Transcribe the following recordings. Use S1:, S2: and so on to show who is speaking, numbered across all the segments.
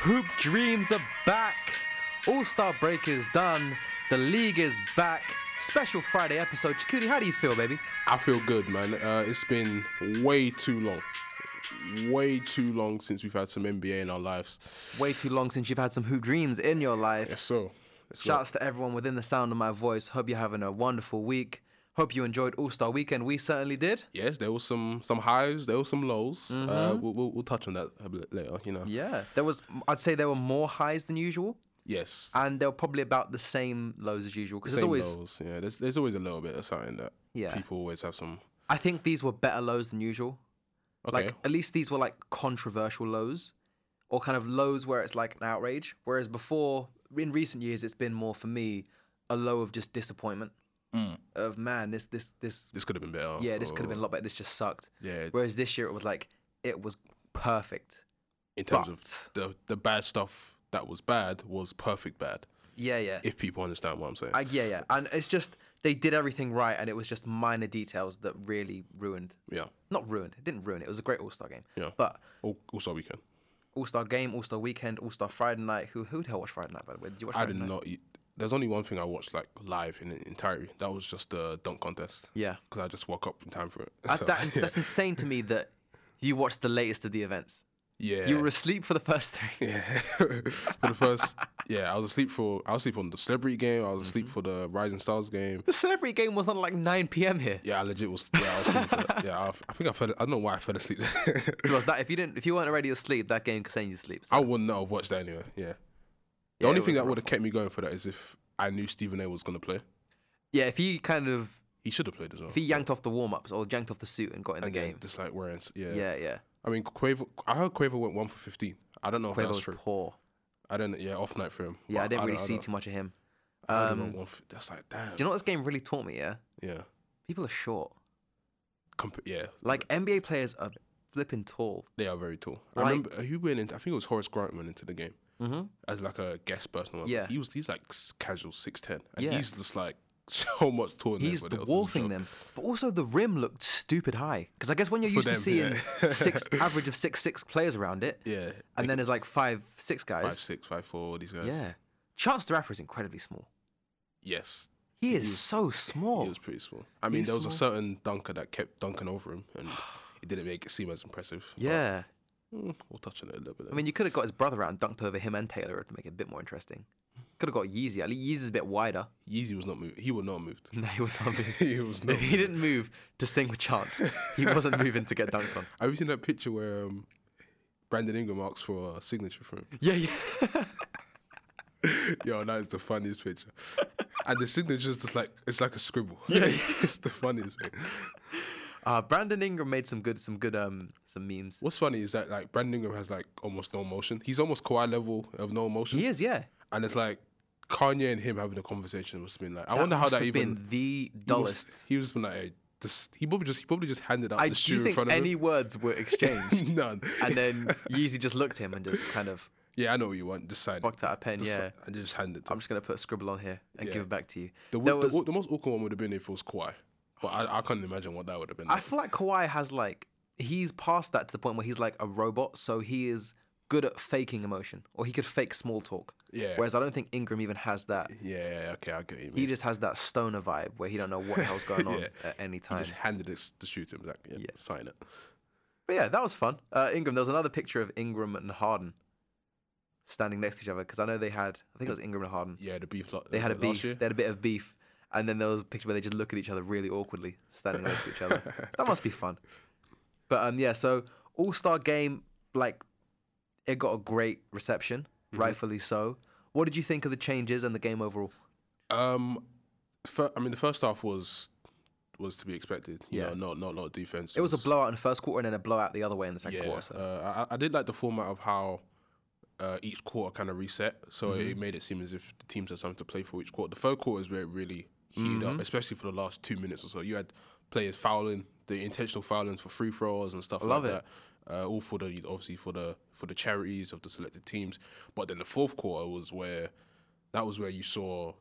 S1: Group dreams are back. All star break is done. The league is back. Special Friday episode. Chikuti, how do you feel, baby?
S2: I feel good, man. Uh, it's been way too long. Way too long since we've had some NBA in our lives.
S1: Way too long since you've had some hoop dreams in your life.
S2: Yes, so. Let's go.
S1: Shouts to everyone within the sound of my voice. Hope you're having a wonderful week. Hope you enjoyed All Star Weekend. We certainly did.
S2: Yes, there was some some highs, there was some lows. Uh, we'll, we'll, we'll touch on that a bit later, you know.
S1: Mm-hmm. Yeah, there was. I'd say there were more highs than usual,
S2: Yes.
S1: and they were probably about the same lows as usual. Because Uh, there's
S2: Same
S1: always,
S2: lows. Yeah, there's, there's always a little bit of something that
S1: Yeah.
S2: people always have some.
S1: I think these were better lows than usual.
S2: Okay.
S1: Like at least these were like controversial lows, or kind of lows where it's like an outrage. Whereas before, in recent years, it's been more for me a low of just disappointment. Of man, this this this
S2: this could have been better.
S1: yeah, this could have
S2: or-
S1: been a lot better. This just sucked.
S2: Yeah.
S1: Whereas this year it was like it was perfect.
S2: in terms
S1: but-
S2: of the, the bad stuff that was bad was perfect bad,
S1: Yeah, yeah.
S2: if people understand what I'm saying.
S1: I, yeah, yeah. And it's just they did everything right, and it was just minor details that really ruined.
S2: yeah.
S1: Not ruined. It didn't ruin it. It was a great All Star game.
S2: Yeah.
S1: But
S2: Al- Also, weekend.
S1: All Star game, All Star weekend, All Star Friday night. Who who the hell watched Friday night? By the way, did you watch?
S2: I
S1: Friday
S2: did
S1: night?
S2: not eat. There's only one thing I watched like live in its entirety. That was just the dunk contest.
S1: Yeah.
S2: Because I just woke up in time for it.
S1: I-
S2: So,
S1: that- That's insane to me that you watched the latest of the events.
S2: yeah.
S1: You were asleep for the first three.
S2: yeah. for the first, yeah, I was asleep for. I was asleep on the celebrity game. I was asleep
S1: Mm-hmm.
S2: for the Rising Stars game.
S1: The celebrity game was on at like 9 p.m. here.
S2: Yeah, I legit was. Yeah, I was asleep for that. Yeah, I, I think I fell. I don't know why I fell asleep.
S1: To us, that if you didn't, if you weren't already asleep, that game could send you to sleep. So,
S2: I would not have watched that anyway. Yeah. Oh, The
S1: Yeah,
S2: only
S1: it was
S2: thing that
S1: rough.
S2: would have kept me going for that is if I knew Stephen A was gonna play.
S1: yeah, if he kind of
S2: He should have played as well.
S1: if he yanked off the warm ups or yanked off the suit and got in the
S2: Again,
S1: game.
S2: just like wearing. s- Yeah.
S1: Yeah, yeah.
S2: I mean, Quavo. I heard Quavo went one for fifteen. I don't know if
S1: Quavo
S2: that's
S1: was
S2: true.
S1: poor.
S2: I don't. Yeah, off night for him.
S1: Yeah, I
S2: But
S1: didn't really
S2: don't-
S1: see
S2: don't-
S1: too much of him.
S2: I don't know
S1: um,
S2: one f- that's like damn.
S1: Do you know what this game really taught me? Yeah,
S2: yeah.
S1: people are short.
S2: Comp- yeah.
S1: Like NBA players are flipping tall.
S2: They are very tall. I
S1: Like-
S2: remember uh, who went into. I think it was Horace Grant went into the game
S1: Mm-hmm.
S2: as like a guest person.
S1: Yeah.
S2: He was. He's like s- casual six ten, and
S1: Yeah.
S2: he's just like so much taller. Than
S1: He's
S2: everybody else. It's a
S1: dwarfing
S2: joke.
S1: them. But also the rim looked stupid high. Because I guess when you're used
S2: For
S1: to
S2: them,
S1: seeing
S2: yeah.
S1: six average of six six players around it,
S2: Yeah.
S1: and then there's like five six guys.
S2: five six, five four. These guys.
S1: Yeah, Chance the Rapper is incredibly small.
S2: Yes.
S1: He is
S2: was-
S1: so small.
S2: He was pretty small. I mean,
S1: Oh. He's
S2: there was a certain dunker that kept dunking over him, and it didn't make it seem as impressive. but,
S1: yeah,
S2: mm, we'll touch on it a little bit.
S1: I
S2: Later.
S1: mean you could have got his brother out and dunked over him and Taylor to make it a bit more interesting. Could have got Yeezy. At least Yeezy's a bit wider.
S2: Yeezy was not moved. He was not moved.
S1: No, he would not move.
S2: he was not.
S1: if he didn't move to sing with Chance, he wasn't moving to get dunked on.
S2: Have you seen that picture where um, Brandon Ingram asks for a signature from him?
S1: Yeah, yeah.
S2: Yo, that is the funniest picture. And the signature's just like it's like a scribble.
S1: Yeah,
S2: it's the funniest thing.
S1: Uh, Brandon Ingram made some good, some good, um, some memes.
S2: What's funny is that like Brandon Ingram has like almost no motion. He's almost Kawhi level of no motion.
S1: He is, yeah.
S2: And it's like Kanye and him having a conversation must have been like. I wonder how
S1: must
S2: that
S1: have
S2: even.
S1: been the
S2: he must-
S1: dullest.
S2: He was just been like, hey, just, he probably just he probably just handed out
S1: I
S2: the
S1: do you
S2: shoe in
S1: think
S2: front of
S1: any words were exchanged,
S2: him. None.
S1: and then Yeezy just looked at him and just kind of
S2: yeah, I know what you want. Just sign. it.
S1: fucked out a pen.
S2: Just,
S1: yeah,
S2: And just hand it. To
S1: I'm
S2: him.
S1: just gonna put a scribble on here and
S2: Yeah.
S1: give it back to you.
S2: The,
S1: there
S2: w- the,
S1: was,
S2: w- the most awkward one would have been if it was Kawhi, but I, I can't imagine what that would have been.
S1: I
S2: like.
S1: feel like Kawhi has like he's past that to the point where he's like a robot, so he is good at faking emotion, or he could fake small talk.
S2: Yeah.
S1: Whereas I don't think Ingram even has that.
S2: yeah, yeah, okay, I get what you.
S1: He
S2: Mean.
S1: just has that stoner vibe where he don't know what the hell's going on
S2: Yeah.
S1: at any
S2: He
S1: time.
S2: just handed it s- to shoot him. Like, yeah, sign it.
S1: But yeah, that was fun. Uh, Ingram, there was another picture of Ingram and Harden standing next to each other because I know they had, I think it was Ingram and Harden.
S2: Yeah, the beef. Lot,
S1: They had a
S2: last
S1: beef.
S2: Year.
S1: They had a bit of beef. And then there was a picture where they just look at each other really awkwardly, standing next to each other. That must be fun. But um, yeah, so All Star game, like, it got a great reception,
S2: Mm-hmm.
S1: rightfully so. What did you think of the changes and the game overall?
S2: Um, fir- I mean, the first half was was to be expected. You
S1: Yeah.
S2: know, not not not defense.
S1: It was a blowout in the first quarter and then a blowout the other way in the second
S2: Yeah,
S1: quarter. So.
S2: uh, I, I did like the format of how uh, each quarter kind of reset, so it
S1: Mm-hmm.
S2: made it seem as if the teams had something to play for each quarter. The third quarter is where it really heated
S1: Mm-hmm.
S2: up, especially for the last two minutes or so. You had players fouling, the intentional foulings for free throws and stuff
S1: Love
S2: like
S1: it.
S2: that. Uh, all for the obviously for the for the charities of the selected teams, but then the fourth quarter was where that was where you saw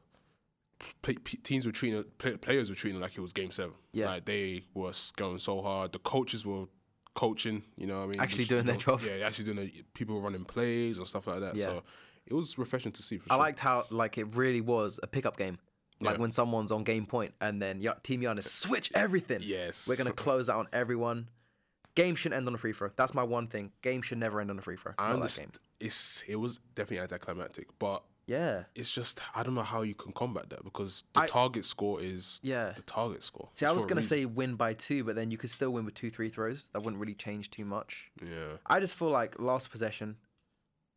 S2: play, p- teams were treating play, players were treating it like it was game seven.
S1: Yeah.
S2: Like they were s- going so hard. The coaches were coaching. You know, what I mean,
S1: Actually
S2: Just,
S1: doing their
S2: you know,
S1: job.
S2: Yeah, actually doing the people running plays and stuff like that.
S1: Yeah.
S2: So it was refreshing to see. For
S1: I
S2: sure.
S1: liked how like it really was a pickup game. Like
S2: Yeah.
S1: when someone's on game point and then Ya- Team Giannis switch everything.
S2: Yes.
S1: We're gonna close out on everyone. Game shouldn't end on a free throw. That's my one thing. Game should never end on a free throw. Not that
S2: I
S1: game.
S2: understand. It's it was definitely anticlimactic, but
S1: Yeah.
S2: it's just I don't know how you can combat that because the
S1: I-
S2: target score is
S1: Yeah.
S2: the target score.
S1: See, I
S2: It's
S1: was
S2: for a
S1: gonna
S2: reason.
S1: say win by two, but then you could still win with two three throws. That wouldn't really change too much.
S2: yeah.
S1: I just feel like last possession,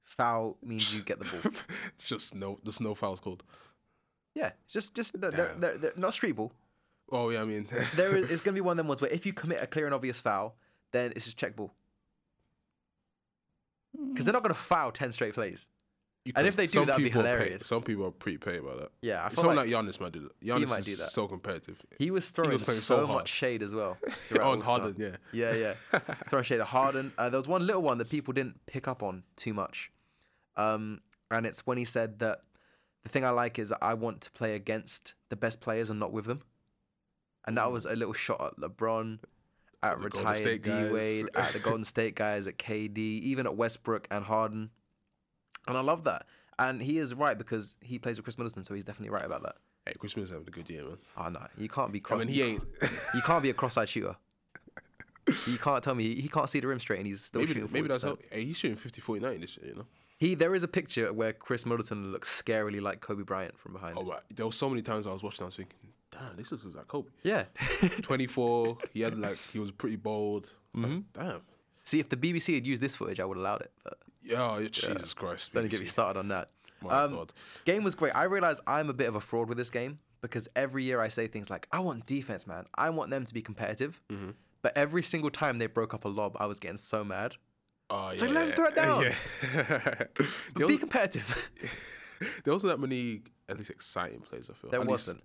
S1: foul means you get the ball.
S2: just no, there's no fouls called.
S1: yeah, just just they're, they're,
S2: Damn.
S1: they're, they're not street ball.
S2: Oh yeah, I mean,
S1: There is it's gonna be one of them ones where if you commit a clear and obvious foul, then it's just check ball. Because they're not gonna foul ten straight plays.
S2: you
S1: and
S2: could-
S1: if they do,
S2: some
S1: that'd be
S2: people are paid-
S1: hilarious.
S2: some people are pretty paid about that.
S1: Yeah, I feel
S2: Someone
S1: like,
S2: like, Giannis might do that. Giannis
S1: might
S2: is
S1: do that.
S2: so competitive.
S1: he was throwing so,
S2: playing so hard.
S1: much shade as well. throughout
S2: On
S1: All-Star.
S2: Harden, yeah.
S1: Yeah, yeah. He's throwing shade at Harden. Uh, there was one little one that people didn't pick up on too much. Um, and it's when he said that the thing I like is I want to play against the best players and not with them. And that was a little shot at LeBron, at
S2: Hmm. The Golden
S1: retired
S2: State
S1: D
S2: guys.
S1: Wade, at the Golden State guys, at KD, even at Westbrook and Harden. And I love that. And he is right because he plays with Chris Middleton, so he's definitely right about that.
S2: Hey, Chris Miller's having a good year, man.
S1: Oh no, you can't be
S2: I
S1: cross.
S2: mean, he ain't.
S1: You can't be a cross-eyed shooter. You can't tell me he, he can't see the rim straight and he's still
S2: maybe
S1: shooting.
S2: maybe that's
S1: 40%.
S2: how. Hey, he's shooting 50, 49 this year, you know.
S1: he. There is a picture where Chris Middleton looks scarily like Kobe Bryant from behind.
S2: Oh, right. There were so many times I was watching, I was thinking, damn, this looks like Kobe.
S1: Yeah.
S2: 24. he had like he was pretty bold.
S1: Mm-hmm.
S2: Like, damn.
S1: see, if the BBC had used this footage, I would have allowed it. But
S2: Yeah, oh, Jesus Christ.
S1: don't get me
S2: BBC.
S1: started on that. Um,
S2: My God.
S1: Game was great. I realize I'm a bit of a fraud with this game because every year I say things like, "I want defense, man. I want them to be competitive."
S2: Mm-hmm.
S1: But every single time they broke up a lob, I was getting so mad.
S2: Oh, yeah,
S1: like, let him
S2: yeah.
S1: throw it down.
S2: Yeah. there,
S1: But be
S2: was,
S1: competitive.
S2: there wasn't that many, at least exciting plays. I feel
S1: there
S2: At least
S1: wasn't.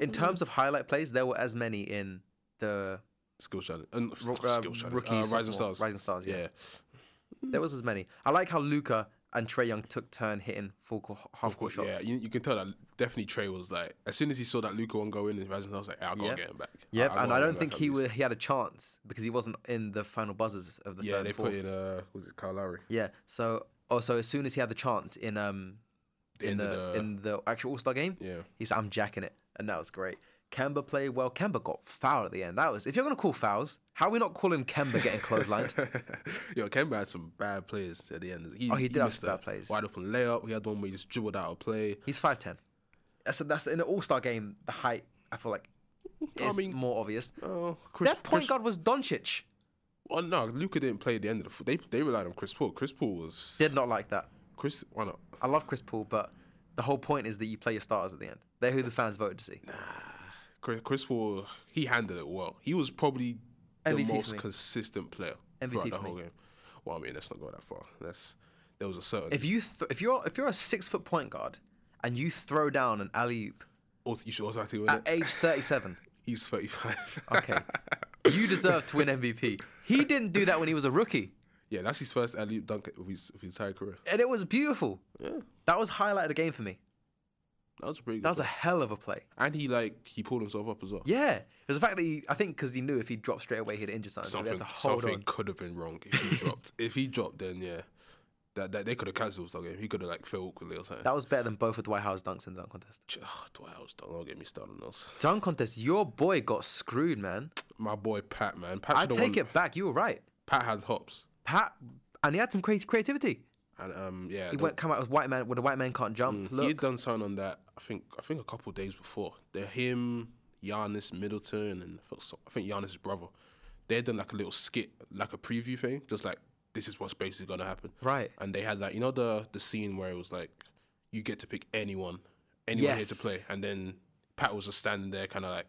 S1: In terms of highlight plays, there were as many in the
S2: skill shining and
S1: Ro- uh,
S2: skill shining.
S1: rookie
S2: uh, rising
S1: sophomore-
S2: stars.
S1: Rising Stars, yeah.
S2: yeah.
S1: There was as many. I like how Luca and Trey Young took turn hitting full court, half court
S2: Yeah,
S1: shots.
S2: you, you can tell that definitely Trey was like, as soon as he saw that Luca one go in, and Rising Stars was like, hey, I gotta
S1: Yeah.
S2: get him back.
S1: Yep,
S2: gotta
S1: and I
S2: get him
S1: don't
S2: back
S1: think
S2: at
S1: he
S2: least."
S1: was, he had a chance because he wasn't in the final buzzers of the
S2: Yeah,
S1: third
S2: they
S1: and fourth.
S2: put in uh, was it Kyle Lowry?
S1: Yeah. So also as soon as he had the chance in um in
S2: end of
S1: the,
S2: the-
S1: in the actual All Star game,
S2: Yeah.
S1: he said I'm jacking it, and that was great. Kemba played well. Kemba got fouled at the end. That was if you're gonna call fouls, how are we not calling Kemba getting clotheslined?
S2: Yo, Kemba had some bad plays at the end. He,
S1: Oh, he did have
S2: missed
S1: some bad
S2: a
S1: plays.
S2: Wide open layup. He had one where he just dribbled out a play.
S1: He's five ten. That's that's in an All Star game. The height I feel like is
S2: mean,
S1: more obvious.
S2: Oh, Chris,
S1: Their point
S2: Chris-
S1: guard was Doncic.
S2: Oh no, Luca didn't play at the end of the. f- They they relied on Chris Paul. Chris Paul was
S1: Did not like that.
S2: Chris. Why not?
S1: I love Chris Paul, but the whole point is that you play your starters at the end. They're who the fans voted to see.
S2: Chris, Chris Paul. He handled it well. He was probably the
S1: MVP for
S2: most
S1: me.
S2: consistent player
S1: MVP
S2: throughout the
S1: for me.
S2: whole game. Well, I mean, let's not go that far. That's there was a certain.
S1: If you th- if you're if you're a six foot point guard and you throw down an alley oop
S2: also, you should also have to win
S1: at
S2: it.
S1: age thirty seven,
S2: He's thirty five.
S1: okay, you deserve to win MVP. He didn't do that when he was a rookie,
S2: yeah, that's his first alley dunk of his, of his entire career.
S1: and it was beautiful.
S2: Yeah,
S1: That was highlight of the game for me.
S2: that was a pretty. Good
S1: That was a hell of a play.
S2: And he like he pulled himself up as well.
S1: Yeah, it was the fact that he I think because he knew if he dropped straight away he'd injure something, so
S2: something
S1: he had to hold
S2: something
S1: on.
S2: could have been wrong if he dropped. If he dropped, then yeah, that, that they could have cancelled the game. He could have like fell awkwardly or something.
S1: That was better than both of Dwight Howard's dunks in the dunk contest.
S2: Ch- oh, Dwight Howard's done. Don't get me started on those.
S1: Dunk contest, your boy got screwed, man.
S2: My boy Pat, man. Pat's
S1: I
S2: the
S1: take
S2: one,
S1: it back. You were right.
S2: Pat had hops,
S1: Pat, and he had some creat- creativity.
S2: and um, yeah,
S1: He
S2: the-
S1: went come out with white man when a white man can't jump.
S2: Mm. he
S1: Look,
S2: had done something on that. I think I think a couple of days before. They're him, Giannis Middleton, and I think so- I think Giannis's brother. They had done like a little skit, like a preview thing, just like this is what's basically gonna happen.
S1: right?
S2: and they had like you know the the scene where it was like you get to pick anyone anyone here to play
S1: Yes.
S2: and then pat was just standing there kind of like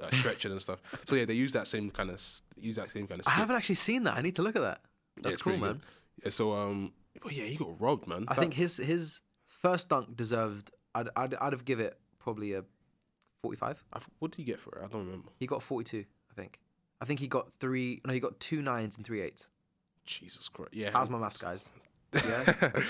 S2: uh, stretching and stuff so yeah they use that same kind of use that same kind of
S1: I haven't actually seen that. I need to look at that. That's cool, man.
S2: yeah so um but yeah he got robbed man
S1: I think his his first dunk deserved. I'd I'd, I'd have give it probably a forty-five.
S2: I f- what did he get for it i don't remember
S1: He got forty-two, I think. I think he got three. No, he got two nines and three eights.
S2: jesus christ yeah
S1: How's my maths, guys? Yeah,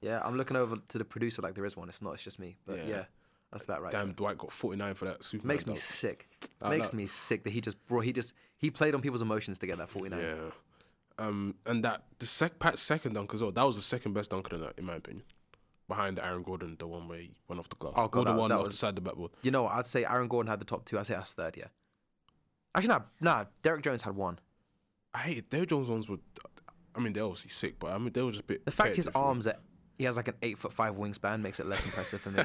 S1: yeah. I'm looking over to the producer like there is one. It's not. It's just me. But yeah,
S2: Yeah.
S1: That's about right.
S2: Damn, Dwight got 49 for that Superman.
S1: Makes me
S2: dunk.
S1: sick.
S2: That-
S1: Makes
S2: that-
S1: me sick that he just brought. He just he played on people's emotions to get that 49.
S2: Yeah. Um, and that the sec Pat's second dunk as well. That was the second best dunk of the night, in my opinion, behind Aaron Gordon, the one where he went off the glass.
S1: Oh, God,
S2: Gordon
S1: that-
S2: one
S1: that
S2: off the
S1: was-
S2: side of the backboard.
S1: You know what? I'd say Aaron Gordon had the top two. I'd say that's third. Yeah. Actually, nah, nah. Derek Jones had one.
S2: I hated Dale Jones ones were. I mean, they're obviously sick, but I mean, they were just a bit.
S1: The fact um,
S2: paired
S1: his
S2: differently.
S1: arms are, he has like an eight foot five wingspan makes it less impressive for me.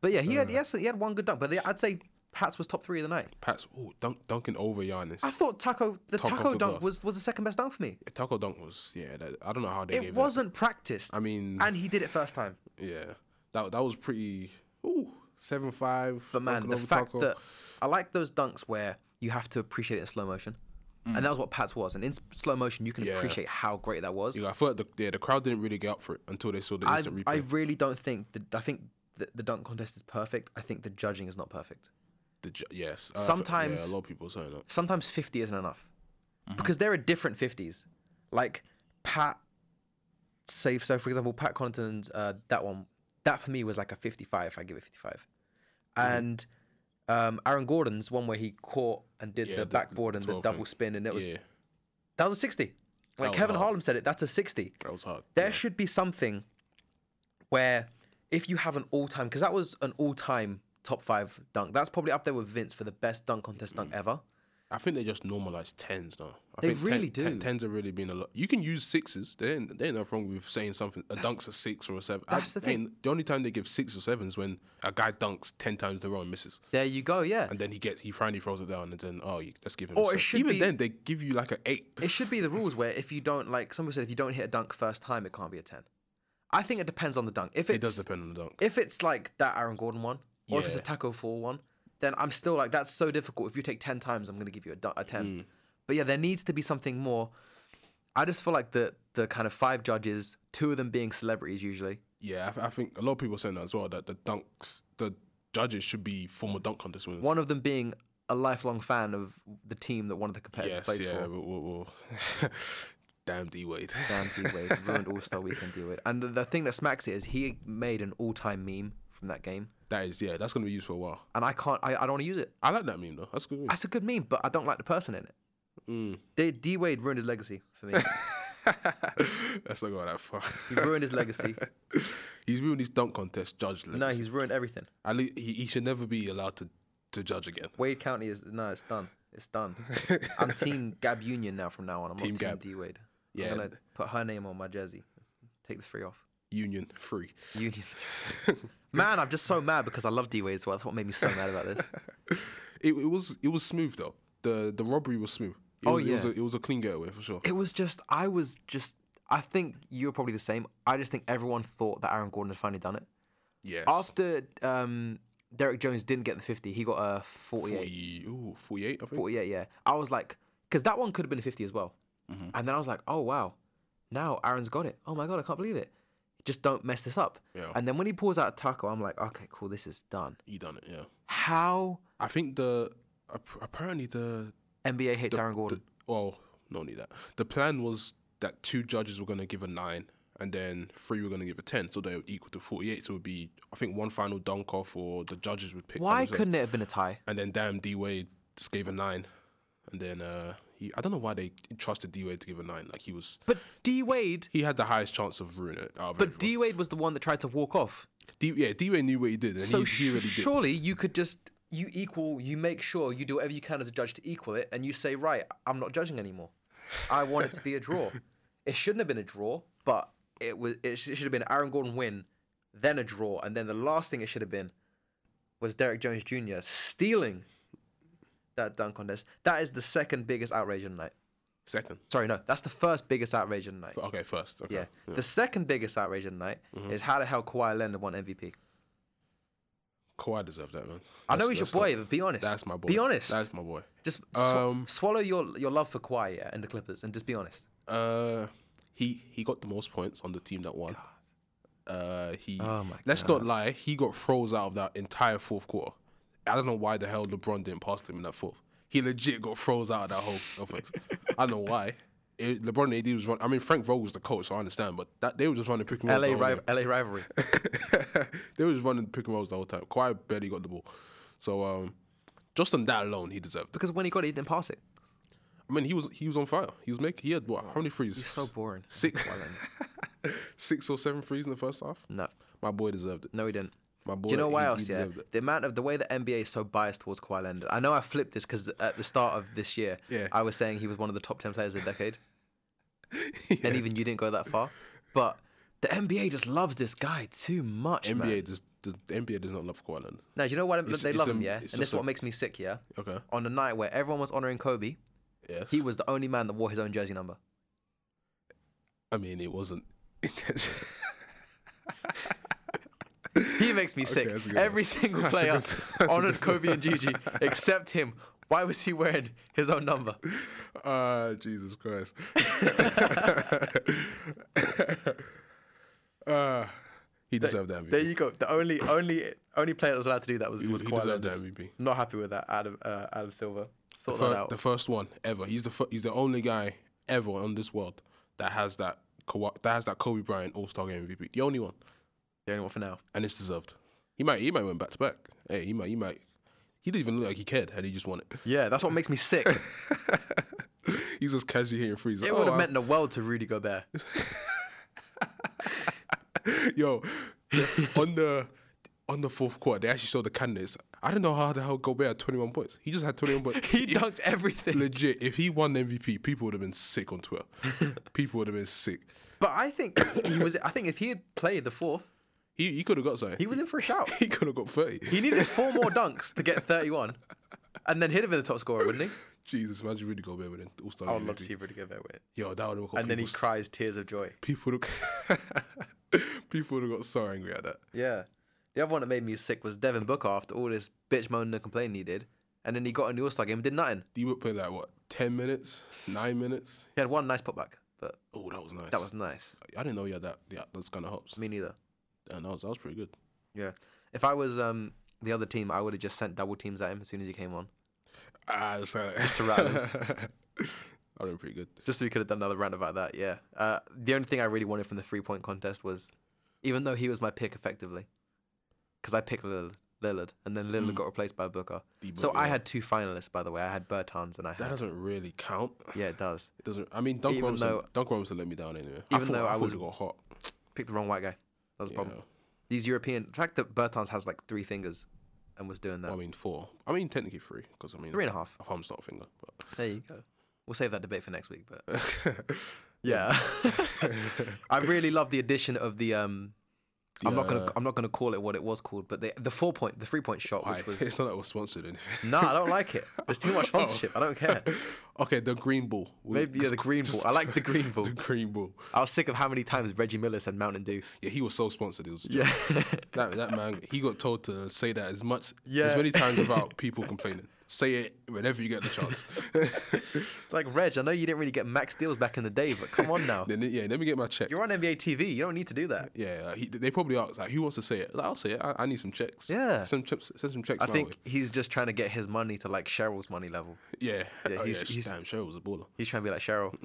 S1: But yeah, he
S2: Uh.
S1: had yes, he had one good dunk. But yeah, I'd say Pat's was top three of the night.
S2: Pat's ooh, dunk, dunking over Giannis.
S1: I thought Taco the
S2: Top of
S1: Taco
S2: the
S1: dunk
S2: glass.
S1: was was the second best dunk for me.
S2: Taco dunk was yeah. That, I don't know how they gave
S1: It wasn't practiced,
S2: That. I mean,
S1: and he did it first time.
S2: yeah, that that was pretty. Ooh, seven five.
S1: But man, the fact that I like those dunks where you have to appreciate it in slow motion, and that was what Pat's was. And in s- slow motion, you can
S2: Mm. Yeah.
S1: appreciate how great that was.
S2: yeah, I feel like the yeah, the crowd didn't really get up for it until they saw the
S1: I,
S2: instant replay.
S1: I really don't think that. I think the, the dunk contest is perfect. I think the judging is not perfect.
S2: The ju- yes. I fe-
S1: Sometimes-
S2: yeah, a lot of people saying that.
S1: Sometimes fifty isn't enough
S2: Mm-hmm.
S1: because there are different fifties. Like Pat, say so for example, Pat Connaughton's uh, that one. That for me was like a fifty-five. I give it fifty-five,
S2: Mm-hmm.
S1: and. Um, Aaron Gordon's one where he caught and did
S2: Yeah,
S1: the
S2: the- the
S1: backboard and the
S2: 12
S1: double
S2: thing.
S1: spin, and it was
S2: yeah,
S1: That was a 60. Like
S2: was
S1: Kevin
S2: hard.
S1: Harlem said it, that's a 60.
S2: that was hard.
S1: There should be something where if you have an all time, because that was an all time top five dunk, that's probably up there with Vince for the best dunk contest
S2: Mm-hmm.
S1: dunk ever.
S2: I think they just normalize tens now. I
S1: They
S2: think
S1: really
S2: ten, ten-
S1: do.
S2: tens are really been a lot. You can use sixes. There ain't, there ain't nothing wrong with saying something. A dunk's a six or a seven. I-
S1: that's the
S2: ain't- The only time they give six or sevens when a guy dunks ten times in a row and misses,
S1: There you go, yeah.
S2: and then he gets he finally throws it down, and then oh, you- let's give him.
S1: Or
S2: a
S1: it
S2: seven.
S1: should
S2: even
S1: be-
S2: then they give you like an eight.
S1: It should be the rules where if you don't, like somebody said, if you don't hit a dunk first time, it can't be a 10. I think it depends on the dunk. If it's,
S2: It does depend on the dunk.
S1: If it's like that Aaron Gordon one, or if it's a
S2: Yeah.
S1: Taco Fall one, then I'm still like, that's so difficult. If you take 10 times, I'm going to give you a, du- a 10.
S2: Mm.
S1: But yeah, there needs to be something more. I just feel like the, the kind of five judges, two of them being celebrities usually.
S2: Yeah, I, th- I think a lot of people are saying that as well. That the dunks, the judges should be former dunk contest winners.
S1: One of them being a lifelong fan of the team that one of the competitors
S2: yes,
S1: plays
S2: yeah,
S1: for.
S2: we'll, we'll, we'll. damn D Wade.
S1: Damn D Wade ruined All Star Weekend D Wade. And the, the thing that smacks it is he made an all time meme from that game,
S2: That is yeah, that's gonna be used for a while.
S1: and I can't. I, I don't want to use it.
S2: I like that meme though. That's a good. Meme.
S1: That's a good meme, but I don't like the person in it.
S2: Mm.
S1: D- D Wade ruined his legacy for me.
S2: That's not going that far.
S1: He ruined his legacy.
S2: he's ruined his dunk contest judge.
S1: No,
S2: legacy.
S1: he's ruined everything.
S2: At least he, he should never be allowed to, to judge again.
S1: Wade County is no, it's done. It's done. I'm Team Gab Union now from now on. I'm
S2: Team
S1: not Team
S2: Gab.
S1: D Wade.
S2: Yeah.
S1: I'm gonna put her name on my jersey. Take the three off.
S2: Union free.
S1: Union. Man, I'm just so mad because I love D Wade as well. That's what made me so mad about this.
S2: It, it was it was smooth though. The the robbery was smooth. It
S1: Oh,
S2: was, It was, a,
S1: yeah.
S2: it was a clean getaway for sure.
S1: It was just I was just I think you were probably the same. I just think everyone thought that Aaron Gordon had finally done it.
S2: Yes.
S1: After um, Derek Jones didn't get the 50, he got a 48.
S2: 40, ooh, 48, I think.
S1: 48, yeah. I was like, because that one could have been a 50 as well.
S2: Mm-hmm.
S1: And then I was like, oh, wow. Now Aaron's got it. Oh my God, I can't believe it. Just don't mess this up.
S2: Yeah.
S1: And then when he pulls out a taco, I'm like, okay, cool, this is done.
S2: You done it, yeah.
S1: How
S2: I think the ap- apparently the,
S1: NBA hates Aaron
S2: the
S1: Gordon.
S2: well, no need that. The plan was that two judges were gonna give a nine and then three were gonna give a ten, so they would equal to forty eight. So it would be I think one final dunk off or the judges would pick
S1: Why
S2: themselves.
S1: couldn't it have been a tie?
S2: And then damn D Wade just gave a nine. And then uh, he, I don't know why they trusted D Wade to give a nine. Like he was,
S1: But D Wade,
S2: he had the highest chance of ruining it. Out of
S1: but
S2: everyone.
S1: D Wade was the one that tried to walk off.
S2: D, yeah, D Wade knew what he did, and
S1: So
S2: he, he really did.
S1: surely you could just you equal, you make sure you do whatever you can as a judge to equal it, and you say, right, I'm not judging anymore. I want it to be a draw. it shouldn't have been a draw, but it was. It, sh- it should have been Aaron Gordon win, then a draw, and then the last thing it should have been was Derek Jones Jr. stealing that dunk contest. That is the second biggest outrage of the night.
S2: Second,
S1: Sorry, no, that's the first biggest outrage of the night.
S2: okay, first, okay.
S1: Yeah. The second biggest outrage of the night
S2: Mm-hmm.
S1: is how the hell Kawhi Leonard won MVP.
S2: Kawhi deserved that man.
S1: I know
S2: That's-
S1: he's your
S2: that's
S1: boy,
S2: not-
S1: but be honest.
S2: That's my boy.
S1: Be honest.
S2: That's my boy.
S1: Just sw-
S2: Um,
S1: swallow your, your love for Kawhi yeah, and the Clippers, and just be honest.
S2: Uh, he he got the most points on the team that won. Uh, he.
S1: Oh my
S2: let's not lie. He got froze out of that entire fourth quarter. I don't know why the hell LeBron didn't pass to him in that fourth. He legit got froze out of that whole offense. I don't know why. it, LeBron and AD was running. I mean, Frank Vogel was the coach, so I understand, but that they were just running pick and rolls.
S1: LA,
S2: the whole
S1: ri-
S2: game.
S1: LA rivalry.
S2: they were just running pick and rolls the whole time. Kawhi barely got the ball, so um, just on that alone, he deserved. it.
S1: Because when he got it, he didn't pass it.
S2: I mean, he was he was on fire. He was making. He had what? How many threes?
S1: He's so boring.
S2: six,
S1: Why then?
S2: six or seven threes in the first half.
S1: No,
S2: My boy deserved it.
S1: no, he didn't.
S2: My
S1: Do
S2: boy.
S1: you know why
S2: he,
S1: else?
S2: He
S1: Yeah,
S2: deserved it.
S1: the amount of the way the NBA is so biased towards Kawhi Leonard. I know I flipped this because at the start of this year,
S2: Yeah.
S1: I was saying he was one of the top ten players of the decade, and even you didn't go that far. But the NBA just loves this guy too much, man.
S2: NBA just the NBA does not love Kawhi Leonard.
S1: Now, do you know why they-
S2: It's-
S1: they
S2: it's
S1: love
S2: a-
S1: him? Yeah, and
S2: it's
S1: this is
S2: just a-
S1: what makes me sick. Yeah,
S2: Okay.
S1: on the night where everyone was honoring Kobe,
S2: Yes.
S1: he was the only man that wore his own jersey number.
S2: I mean, it wasn't intentional.
S1: He makes me sick.
S2: that's a good one.
S1: Every single
S2: That's a
S1: player
S2: good- that's a
S1: honored
S2: good
S1: Kobe and Gigi except him. Why was he wearing his own number?
S2: Ah, Jesus Christ. uh, he deserved that MVP.
S1: There you go. The only only only player that was allowed to do that was
S2: he
S1: was
S2: he
S1: Kawhi
S2: deserved
S1: Leonard.
S2: that MVP.
S1: Not happy with that, Adam uh, Adam Silver. Sort
S2: Fir-
S1: that out.
S2: the first one ever. He's the fir- he's the only guy ever on this world that has that Kawhi, that has that Kobe Bryant All Star Game MVP. The only one,
S1: the only one for now.
S2: and it's deserved. He might he might win back to back. Hey, he might he might. He didn't even look like he cared, and he just won it.
S1: Yeah, that's what makes me sick.
S2: He's just casually hitting threes.
S1: It
S2: Like,
S1: would
S2: oh,
S1: have
S2: I-
S1: meant the world to Rudy Gobert.
S2: Yo, on the on the fourth quarter, they actually saw the candidates. I don't know how the hell Gobert had 21 points. He just had 21 points.
S1: He
S2: If-
S1: dunked everything.
S2: legit. If he won MVP, people would have been sick on Twitter. people would have been sick.
S1: But I think he was. I think if he had played the fourth,
S2: He he could have got something.
S1: he was in for a shout.
S2: He could have got 30.
S1: He needed four more dunks to get 31, and then he'd have been the top scorer, wouldn't he?
S2: Jesus, imagine Rudy Gobert with an All Star.
S1: I would love to see Rudy Gobert win.
S2: Yo, that would have got
S1: And then he
S2: people.
S1: cries tears of joy.
S2: people would have people would have got so angry at that.
S1: Yeah. The other one that made me sick was Devin Booker after all this bitch moaning and complaining he did. And then he got in the All Star game and did nothing.
S2: He would play like what, 10 minutes, nine minutes.
S1: He had one nice putback, but
S2: Oh, that was nice.
S1: that was nice.
S2: I didn't know he had that. Yeah, that's kind of hops.
S1: Me neither.
S2: And that was that was pretty good.
S1: Yeah. If I was um, the other team, I would have just sent double teams at him as soon as he came on,
S2: Ah, just like just
S1: to rattle
S2: I did pretty good.
S1: just so we could have done another rant about that. Yeah. Uh, the only thing I really wanted from the three point contest was, even though he was my pick effectively, because I picked Lillard, Lillard, and then Lillard got replaced by Booker.
S2: The
S1: so
S2: Booker,
S1: I
S2: Mm. yeah.
S1: had two finalists, by the way. I had Bertans and I
S2: That
S1: had.
S2: doesn't really count.
S1: Yeah, it does.
S2: It doesn't. I mean, Dunk
S1: Even
S2: Robinson.
S1: though-
S2: Dunk Robinson let me down anyway. I
S1: Even
S2: thought,
S1: though I
S2: I,
S1: was-
S2: thought it got hot.
S1: Picked the wrong white guy. That was the
S2: Yeah.
S1: problem. These European, the fact that Bertans has like three fingers, and was doing that.
S2: I mean, four. I mean, technically three, because I mean,
S1: Three and a half.
S2: a thumb's not a finger. But
S1: There you go. We'll save that debate for next week, but yeah, I really love the addition of the um. I'm not gonna.
S2: The, uh,
S1: I'm not gonna call it what it was called, but the the four point, the three point shot,
S2: why?
S1: which was
S2: it's not like we're sponsored or anything.
S1: no, I don't like it. There's too much sponsorship. I don't care.
S2: okay, the green ball. We-
S1: Maybe yeah,
S2: just-
S1: the green ball.
S2: just-
S1: I like the green ball.
S2: the green ball.
S1: I was sick of how many times Reggie Miller said Mountain Dew.
S2: Yeah, he was so sponsored. It was
S1: Yeah,
S2: that that man. He got told to say that as much
S1: Yeah.
S2: as many times about people complaining. Say it whenever you get the chance.
S1: like Reg, I know you didn't really get max deals back in the day, but come on now.
S2: then yeah, let me get my check.
S1: You're on NBA TV. You don't need to do that.
S2: Yeah, like, he, they probably asked like, "Who wants to say it?" Like, I'll say it. I, I need some checks.
S1: Yeah.
S2: some chips, send some checks.
S1: I
S2: my
S1: think
S2: way.
S1: he's just trying to get his money to like Cheryl's money level.
S2: Yeah,
S1: yeah,
S2: oh,
S1: he's-
S2: yeah, sh-
S1: he's-
S2: damn, Cheryl was a baller.
S1: He's trying to be like Cheryl.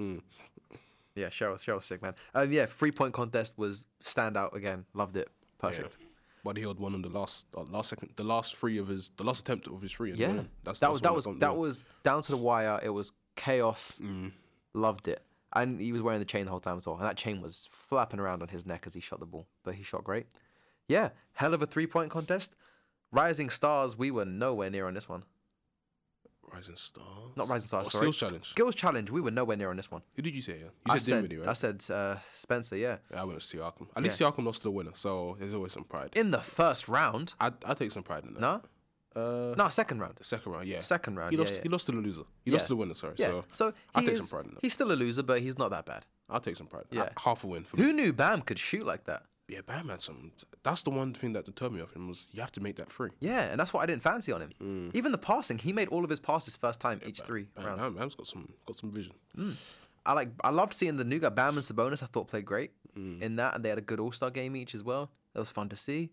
S1: Yeah, Cheryl. Cheryl's sick, man. Um, yeah, three point contest was standout again. Loved it.
S2: Yeah.
S1: Perfect.
S2: But he had one on the last, uh, last second, the last three of his, the last attempt of his three. and
S1: Yeah,
S2: won it. that's,
S1: that
S2: that's
S1: was
S2: one
S1: that was
S2: don't
S1: that
S2: know.
S1: was down to the wire. It was chaos.
S2: Mm.
S1: Loved it. And he was wearing the chain the whole time as well. And that chain was flapping around on his neck as he shot the ball. But he shot great. Yeah, hell of a three point contest. Rising stars, we were nowhere near on this one.
S2: Rising Star.
S1: Not rising stars,
S2: Oh,
S1: sorry.
S2: Skills challenge.
S1: Skills challenge, we were nowhere near on this one.
S2: Who did you say? Yeah? You
S1: I
S2: said
S1: said,
S2: Dinwiddie,
S1: I
S2: right?
S1: said uh, Spencer, yeah.
S2: Yeah, I went with Siakam. At least Siakam lost to the winner, so there's always some pride.
S1: In the first round,
S2: I I take some pride in that.
S1: no,
S2: Uh,
S1: no, second round,
S2: second round, yeah.
S1: second round.
S2: He
S1: yeah,
S2: lost.
S1: yeah.
S2: He lost to the loser. He
S1: Yeah.
S2: lost to the winner. Sorry.
S1: Yeah,
S2: So
S1: so
S2: I
S1: he
S2: take
S1: is,
S2: some pride in that.
S1: he's still a loser, but he's not that bad.
S2: I'll take some pride. in
S1: Yeah.
S2: that. half a win for me.
S1: Who knew Bam could shoot like that?
S2: Yeah, Bam had some. That's the one thing that deterred me of him was you have to make that free.
S1: Yeah, and that's what I didn't fancy on him. Even the passing, he made all of his passes first time each three
S2: Bam,
S1: rounds.
S2: Bam, Bam's got some got some vision.
S1: I like I loved seeing the new guy Bam and Sabonis. I thought played great in that, and they had a good All Star game each as well. That was fun to see.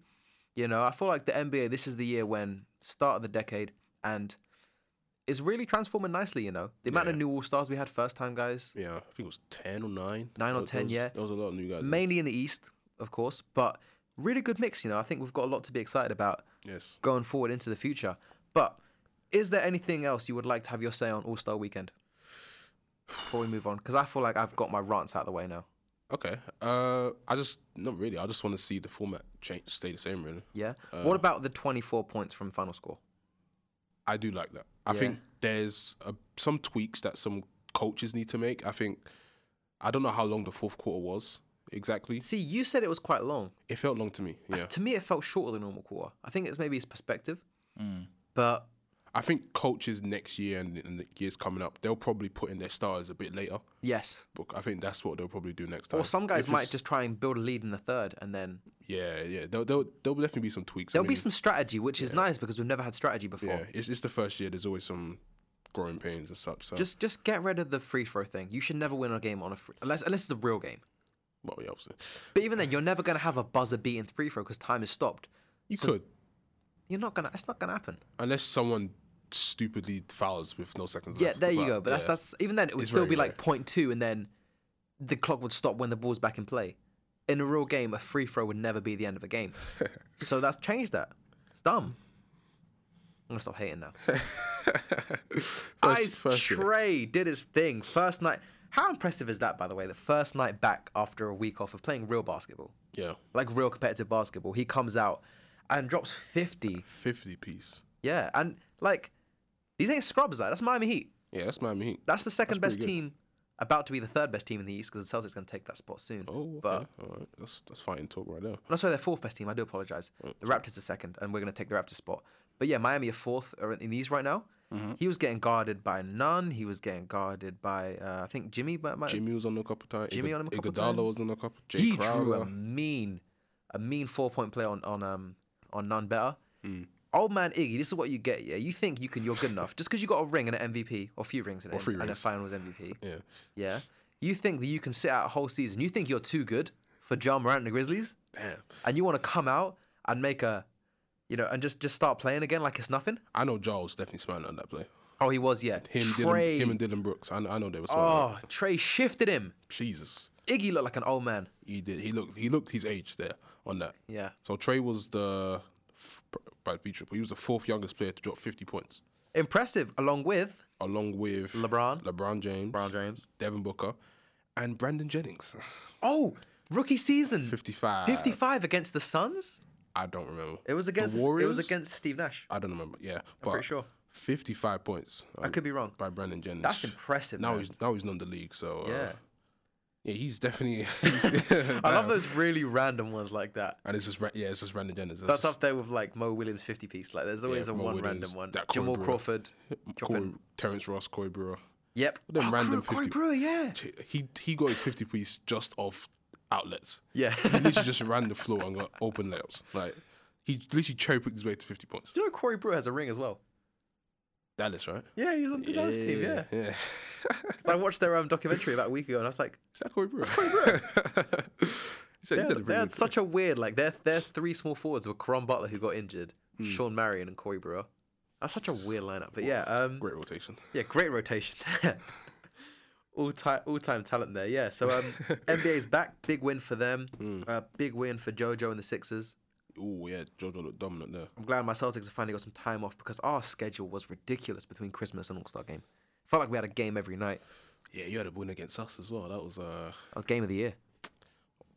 S1: You know, I feel like the NBA. This is the year when start of the decade, and it's really transforming nicely. You know, the amount of
S2: Yeah.
S1: new all stars we had first time guys,
S2: Yeah, I think it was ten or nine.
S1: Nine or
S2: There was- there
S1: 10,
S2: was-
S1: yeah.
S2: There was a lot of new guys. there.
S1: mainly in the East, of course, but really good mix. You know, I think we've got a lot to be excited about
S2: Yes.
S1: going forward into the future. But is there anything else you would like to have your say on All Star Weekend before we move on? Because I feel like I've got my rants out of the way now.
S2: Okay. Uh, I just not really. I just want to see the format change, stay the same. Really,
S1: Yeah. what about the 24 points from final score?
S2: I do like that. I
S1: Yeah.
S2: think there's uh some tweaks that some coaches need to make. I think I don't know how long the fourth quarter was exactly.
S1: See, you said it was quite long.
S2: It felt long to me. Yeah.
S1: To me, it felt shorter than normal quarter. I think it's maybe his perspective,
S2: Mm.
S1: but
S2: I think coaches next year and, and the years coming up, they'll probably put in their starters a bit later.
S1: yes.
S2: But I think that's what they'll probably do next time.
S1: Or some guys
S2: If
S1: might
S2: it's-
S1: just try and build a lead in the third, and then
S2: Yeah, yeah. There'll, there'll, there'll definitely be some tweaks. I
S1: there'll be
S2: mean,
S1: some strategy, which is nice because we've never had strategy before.
S2: Yeah, it's, it's the first year. There's always some growing pains and such. So,
S1: Just just get rid of the free throw thing. You should never win a game on a free, unless unless it's a real game.
S2: well, yeah, obviously.
S1: But even then, you're never gonna have a buzzer beating free throw because time is stopped.
S2: You could,
S1: You're not gonna. It's not gonna happen.
S2: unless someone stupidly fouls with no seconds
S1: Yeah,
S2: left.
S1: there you go. But that's
S2: yeah.
S1: that's even then it would
S2: It's
S1: still
S2: very
S1: be like
S2: rare.
S1: point two, and then the clock would stop when the ball's back in play. In a real game, a free throw would never be the end of a game. so that's changed that. It's dumb. I'm gonna stop hating now. Ice
S2: year.
S1: Trey did his thing. First night. How impressive is that, by the way? The first night back after a week off of playing real basketball,
S2: Yeah,
S1: like real competitive basketball. He comes out and drops 50.
S2: fifty piece.
S1: Yeah, and like these ain't scrubs. Like that's Miami Heat.
S2: Yeah, that's Miami Heat.
S1: That's the second
S2: That's
S1: best
S2: pretty
S1: team, about to be the third best team in the East because the Celtics going to take that spot soon.
S2: Oh, okay.
S1: But
S2: all right. That's that's fighting talk right there.
S1: no, sorry, they're fourth best team. I do apologize.
S2: Oh,
S1: The Raptors are second, and we're going to take the Raptors spot. But yeah, Miami are fourth or in these right now.
S2: Mm-hmm.
S1: He was getting guarded by none. He was getting guarded by uh, I think Jimmy. Might, might,
S2: Jimmy was on a couple times.
S1: Jimmy on him a couple
S2: Iguodala
S1: times.
S2: was on a couple. Jay
S1: he drew
S2: Crowder.
S1: a mean, a mean four point play on on um on none better.
S2: Mm.
S1: Old man Iggy, this is what you get. Yeah, you think you can? You're good enough just because you got a ring and an MVP or a few rings and, an-
S2: three
S1: and a
S2: rings.
S1: finals MVP.
S2: Yeah.
S1: Yeah. You think that you can sit out a whole season. You think you're too good for John Morant and the Grizzlies,
S2: Damn.
S1: and you want to come out and make a, you know, and just just start playing again like it's nothing.
S2: I know Giles definitely smiling on that play.
S1: Oh, he was, yeah.
S2: Him,
S1: Trey.
S2: Dylan, him and Dylan Brooks. I, kn- I know they were smiling.
S1: oh, Trey shifted him.
S2: Jesus.
S1: Iggy looked like an old man.
S2: He did. He looked. He looked his age there on that.
S1: Yeah.
S2: So Trey was the f- by feature, but he was the fourth youngest player to drop 50 points,
S1: Impressive, along with
S2: along with
S1: LeBron.
S2: LeBron James,
S1: James.
S2: Devin Booker, and Brandon Jennings.
S1: Oh, rookie season.
S2: 55.
S1: 55 against the Suns?
S2: I don't remember.
S1: It was against
S2: the
S1: it
S2: Warriors.
S1: was against Steve Nash.
S2: I don't remember. Yeah, but
S1: pretty sure.
S2: 55 points. uh,
S1: I could be wrong.
S2: by Brandon Jennings.
S1: That's impressive.
S2: Now
S1: man.
S2: he's now he's not in the league. So uh,
S1: yeah.
S2: yeah, he's definitely.
S1: I love those really random ones like that.
S2: And it's just ra- yeah, it's just Brandon Jennings. It's
S1: That's
S2: just
S1: up there with like Mo Williams 50 piece. Like there's always a
S2: Mo
S1: one
S2: Williams,
S1: random one.
S2: that Corey
S1: Jamal
S2: Brewer.
S1: Crawford
S2: Corey,
S1: dropping.
S2: Terrence Ross, Corey Brewer.
S1: Yep. Ah,
S2: Them random
S1: Corey,
S2: 50
S1: Brewer, yeah.
S2: He he got his 50 piece just off outlets.
S1: Yeah.
S2: He literally just ran the floor and got open layups. Like he literally cherry picked his way to 50 points.
S1: Do you know Corey Brewer has a ring as well?
S2: Dallas, right?
S1: Yeah, he was on the Dallas team, yeah.
S2: yeah.
S1: 'Cause I watched their um, documentary about a week ago and I was like,
S2: Is that Corey Brewer? Corey Brewer.
S1: they
S2: he said, he said it
S1: had, they
S2: really
S1: had such a weird, like their their three small forwards were Karan Butler who got injured,
S2: Hmm.
S1: Sean Marion and Corey Brewer. That's such a weird lineup. But yeah, um,
S2: great rotation.
S1: Yeah, great rotation there. all time, all time talent there. Yeah. So um, NBA's back. Big win for them.
S2: Mm.
S1: Uh, big win for JoJo and the Sixers.
S2: Oh yeah, Jojo looked dominant there.
S1: I'm glad my Celtics have finally got some time off because our schedule was ridiculous between Christmas and All Star Game. Felt like we had a game every night.
S2: Yeah, you had a win against us as well. That was uh
S1: A game of the year.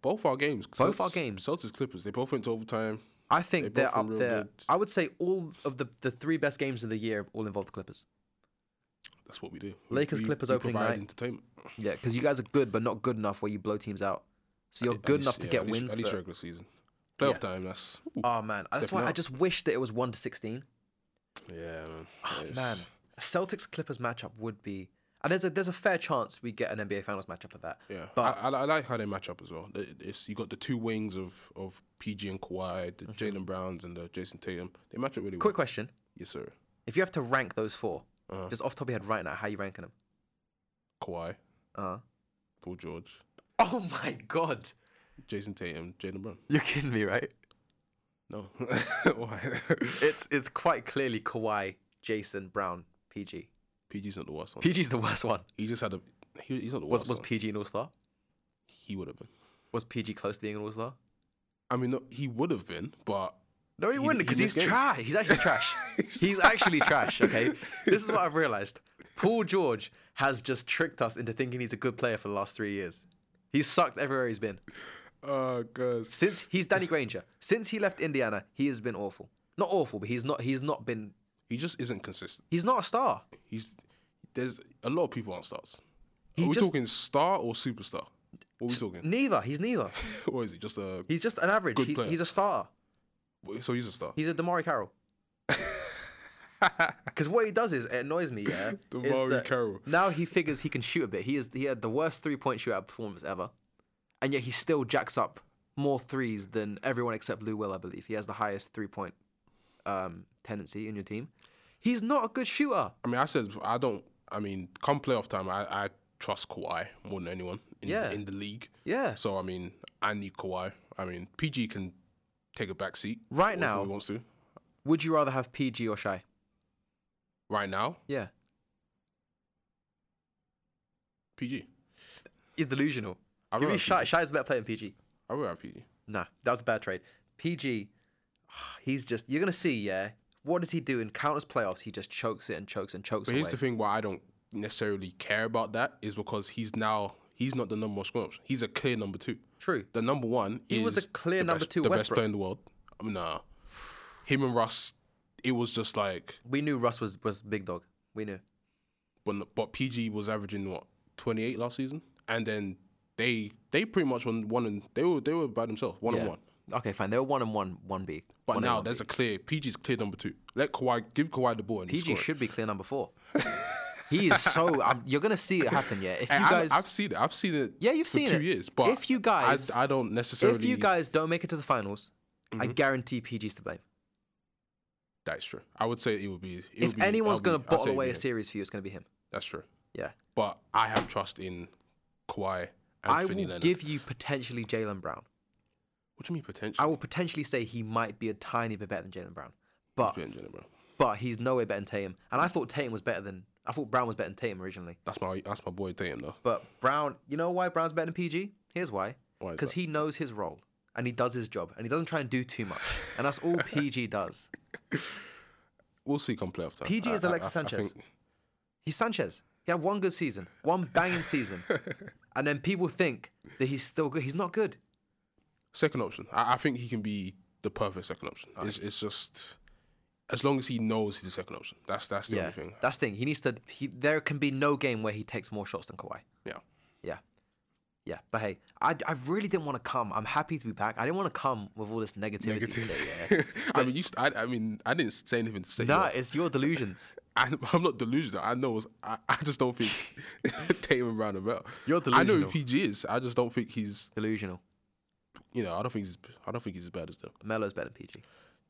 S2: both our games.
S1: Both our
S2: Celtics-
S1: games.
S2: Celtics Clippers. They both went to overtime.
S1: I think
S2: They
S1: they are
S2: both were
S1: up
S2: real
S1: there.
S2: good.
S1: I would say all of the, the three best games of the year all involved the Clippers.
S2: That's what we do.
S1: Lakers,
S2: we,
S1: Clippers
S2: we
S1: opening
S2: provide
S1: night.
S2: Entertainment.
S1: Yeah, because you guys are good, but not good enough where you blow teams out. So you're
S2: At
S1: good
S2: least-
S1: enough to
S2: yeah,
S1: get
S2: at least-
S1: wins.
S2: At least
S1: but-
S2: regular season. Playoff time. That's ooh,
S1: oh man, that's
S2: Stepping
S1: why I
S2: up.
S1: just wish that it was one to sixteen.
S2: yeah, man. Yes.
S1: Ah, Man, a Celtics Clippers matchup would be, and there's a there's a fair chance we get an NBA Finals matchup of that.
S2: Yeah,
S1: but
S2: I, I, I like how they match up as well. They- It's, you got the two wings of, of PG and Kawhi, the Jalen Browns and the Jason Tatum. They match up really
S1: Mm-hmm. quick
S2: well.
S1: question:
S2: Yes, sir.
S1: If you have to rank those 4
S2: Uh-huh.
S1: just off the top of your head right now, how you ranking them?
S2: Kawhi,
S1: Uh-huh.
S2: Paul George,
S1: Oh my god,
S2: Jason Tatum, Jalen Brown.
S1: you're kidding me, right?
S2: No, why?
S1: It's it's quite clearly Kawhi, Jason Brown, PG.
S2: PG's not the worst one.
S1: PG's the worst one.
S2: he just had a. He, he's not the
S1: Was
S2: worst.
S1: was
S2: one.
S1: PG an All Star?
S2: he would have been.
S1: Was PG close to being an All Star?
S2: I mean, no, he would have been, but
S1: No, he,
S2: He-
S1: wouldn't
S2: he
S1: because he's
S2: missed games.
S1: trash. He's actually trash. he's actually trash. Okay, this is what I've realized. Paul George has just tricked us into thinking he's a good player for the last three years. He's sucked everywhere he's been.
S2: oh god,
S1: Since he's Danny Granger, since he left Indiana, he has been awful. Not awful, but he's not. He's not been.
S2: he just isn't consistent.
S1: He's not a star.
S2: He's there's a lot of people aren't stars.
S1: He
S2: are we
S1: just-
S2: talking star or superstar? What are we talking?
S1: Neither. He's neither.
S2: or is it just a?
S1: He's just an average.
S2: Good
S1: He's,
S2: player.
S1: he's a starter.
S2: So he's a star.
S1: He's a Damari Carroll. Because what he does is it annoys me. Yeah, is
S2: Damari
S1: that
S2: Carroll.
S1: Now he figures he can shoot a bit. He is he had the worst three point shootout performance ever, and yet he still jacks up more threes than everyone except Lou Will. I believe he has the highest three point um, tendency in your team. He's not a good shooter.
S2: I mean, I said I don't. I mean, come playoff time, I, I trust Kawhi more than anyone in,
S1: Yeah.
S2: the, in the league.
S1: Yeah.
S2: So I mean, I need Kawhi. I mean, PG can take a back seat
S1: Right
S2: if
S1: now-
S2: he wants to.
S1: Would you rather have PG or Shy?
S2: Right now,
S1: Yeah.
S2: PG.
S1: You're delusional.
S2: I'd
S1: Give me
S2: rather have
S1: Shy.
S2: PG.
S1: Shy is a better player than PG.
S2: I would have PG.
S1: Nah, that was a bad trade. PG, he's just you're gonna see, yeah. What does he do in countless playoffs? He just chokes it and chokes and chokes
S2: But
S1: away.
S2: here's the thing: why I don't necessarily care about that is because he's now he's not the number one scorer. option. He's a clear number two.
S1: True.
S2: The number one.
S1: He
S2: is
S1: was a clear
S2: the
S1: number
S2: best-
S1: two,
S2: The best
S1: Westbrook.
S2: player in the world. I mean, nah. Him and Russ, it was just like,
S1: We knew Russ was was big dog. We knew.
S2: but but PG was averaging what twenty eight last season, and then they they pretty much won one and they were they were by themselves one and
S1: Yeah.
S2: one.
S1: Okay, fine. They were one and one, one B.
S2: But
S1: one and
S2: now
S1: one
S2: there's
S1: B.
S2: a clear PG's clear number two. Let Kawhi give Kawhi the ball and
S1: PG
S2: PG score.
S1: should be clear number four. he is so. Um, you're gonna see it happen, yeah. If you guys,
S2: I, have seen it. I've seen it.
S1: Yeah, you've
S2: for
S1: seen
S2: two
S1: it.
S2: years. But
S1: If you guys-
S2: I, I don't necessarily.
S1: if you guys don't make it to the finals, I
S2: Mm-hmm.
S1: guarantee PG's to blame.
S2: That's true. I would say it would be. It would
S1: If
S2: be-
S1: anyone's
S2: I'll be-
S1: gonna
S2: I'd say
S1: bottle
S2: it'd
S1: away
S2: be
S1: a
S2: him.
S1: series for you, it's gonna be him.
S2: That's true.
S1: Yeah.
S2: But I have trust in Kawhi and
S1: I
S2: Finney
S1: will
S2: Leonard.
S1: give you potentially Jalen Brown.
S2: what do you mean
S1: I
S2: potential?
S1: will potentially say he might be a tiny bit better than Jalen Brown, but
S2: bro.
S1: but he's no way better than Tatum. And I thought Tatum was better than I thought Brown was better than Tatum originally.
S2: That's my that's my boy Tatum though.
S1: But Brown, you know why Brown's better than PG? Here's why.
S2: Why is
S1: Because
S2: that?
S1: he knows his role and he does his job and he doesn't try and do too much. And that's all PG does.
S2: We'll see come playoff time.
S1: PG is
S2: I- I-
S1: Alexis
S2: I- I
S1: Sanchez.
S2: think-
S1: He's Sanchez. He had one good season, one banging season, and then people think that he's still good. He's not good.
S2: second option. I, I think he can be the perfect second option. It's, it's just as long as he knows he's the second option. That's that's the
S1: yeah,
S2: only thing.
S1: that's the thing. He needs to. He, there can be no game where he takes more shots than Kawhi.
S2: Yeah.
S1: Yeah. Yeah. But hey, I, I really didn't want to come. I'm happy to be back. I didn't want to come with all this negativity today. Yeah.
S2: I mean, you. St- I, I mean, I didn't say anything to say. you
S1: nah,
S2: off.
S1: it's your delusions.
S2: I, I'm not delusional. I know. It's, I, I just don't think Tatum and Brown are better.
S1: You're
S2: I know who
S1: delusional.
S2: PG is. I just don't think he's.
S1: Delusional.
S2: You know, I don't think he's. I don't think he's as bad as them.
S1: Melo's better than PG.